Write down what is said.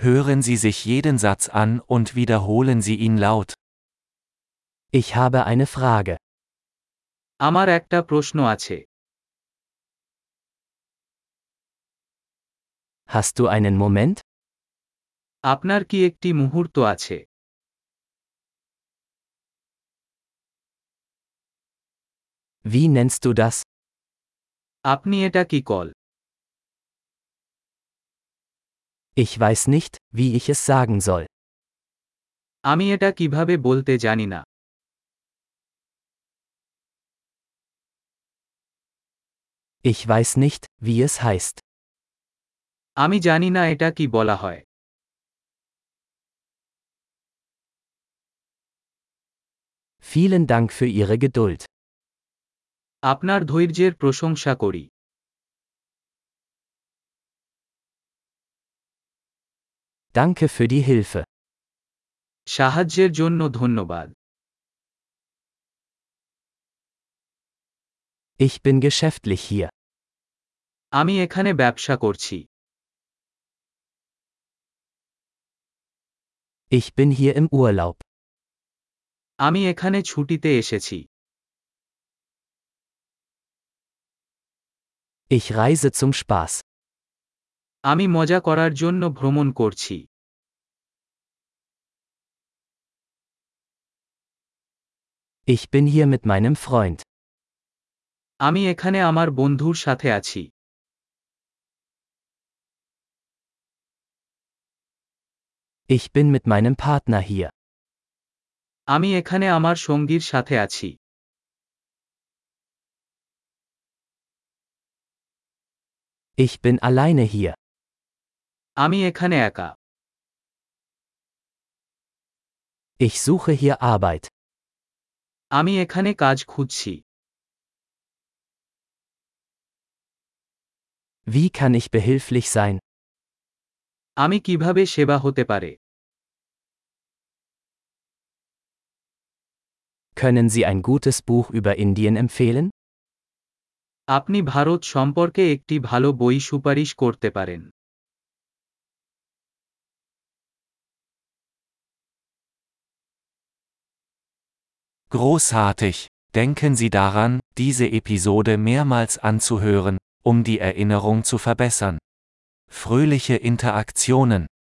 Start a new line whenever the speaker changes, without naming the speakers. Hören Sie sich jeden Satz an und wiederholen Sie ihn laut.
Ich habe eine Frage.
আমার একটা প্রশ্ন আছে
Hast du einen Moment?
আপনার কি একটি মুহূর্ত আছে
Wie nennst du das?
আপনি এটা কি call
Ich weiß nicht, wie ich es sagen soll.
আমি এটা কিভাবে বলতে জানি না
Ich weiß nicht, wie es heißt.
আমি জানি না এটা কি বলা হয়
Vielen Dank für Ihre Geduld.
আপনার ধৈর্যের প্রশংসা করি
Danke für die Hilfe.
সাহায্যের জন্য ধন্যবাদ
Ich bin geschäftlich hier.
আমি এখানে ব্যবসা করছি
Ich bin hier im Urlaub.
আমি এখানে ছুটিতে এসেছি
Ich reise zum Spaß.
আমি মজা করার জন্য ভ্রমণ করছি
Ich bin hier mit meinem Freund.
আমি এখানে আমার বন্ধুর সাথে আছি
Ich bin mit meinem Partner hier.
আমি এখানে আমার সঙ্গীর সাথে আছি
Ich bin alleine hier.
আমি এখানে একা
Ich suche hier Arbeit.
আমি এখানে কাজ খুঁজছি
Wie kann ich behilflich sein?
আমি কিভাবে সেবা হতে পারে
Können Sie ein gutes Buch über Indien empfehlen?
আপনি ভারত সম্পর্কে একটি ভালো বই সুপারিশ করতে পারেন
Großartig! Denken Sie daran, diese Episode mehrmals anzuhören, um die Erinnerung zu verbessern. Fröhliche Interaktionen!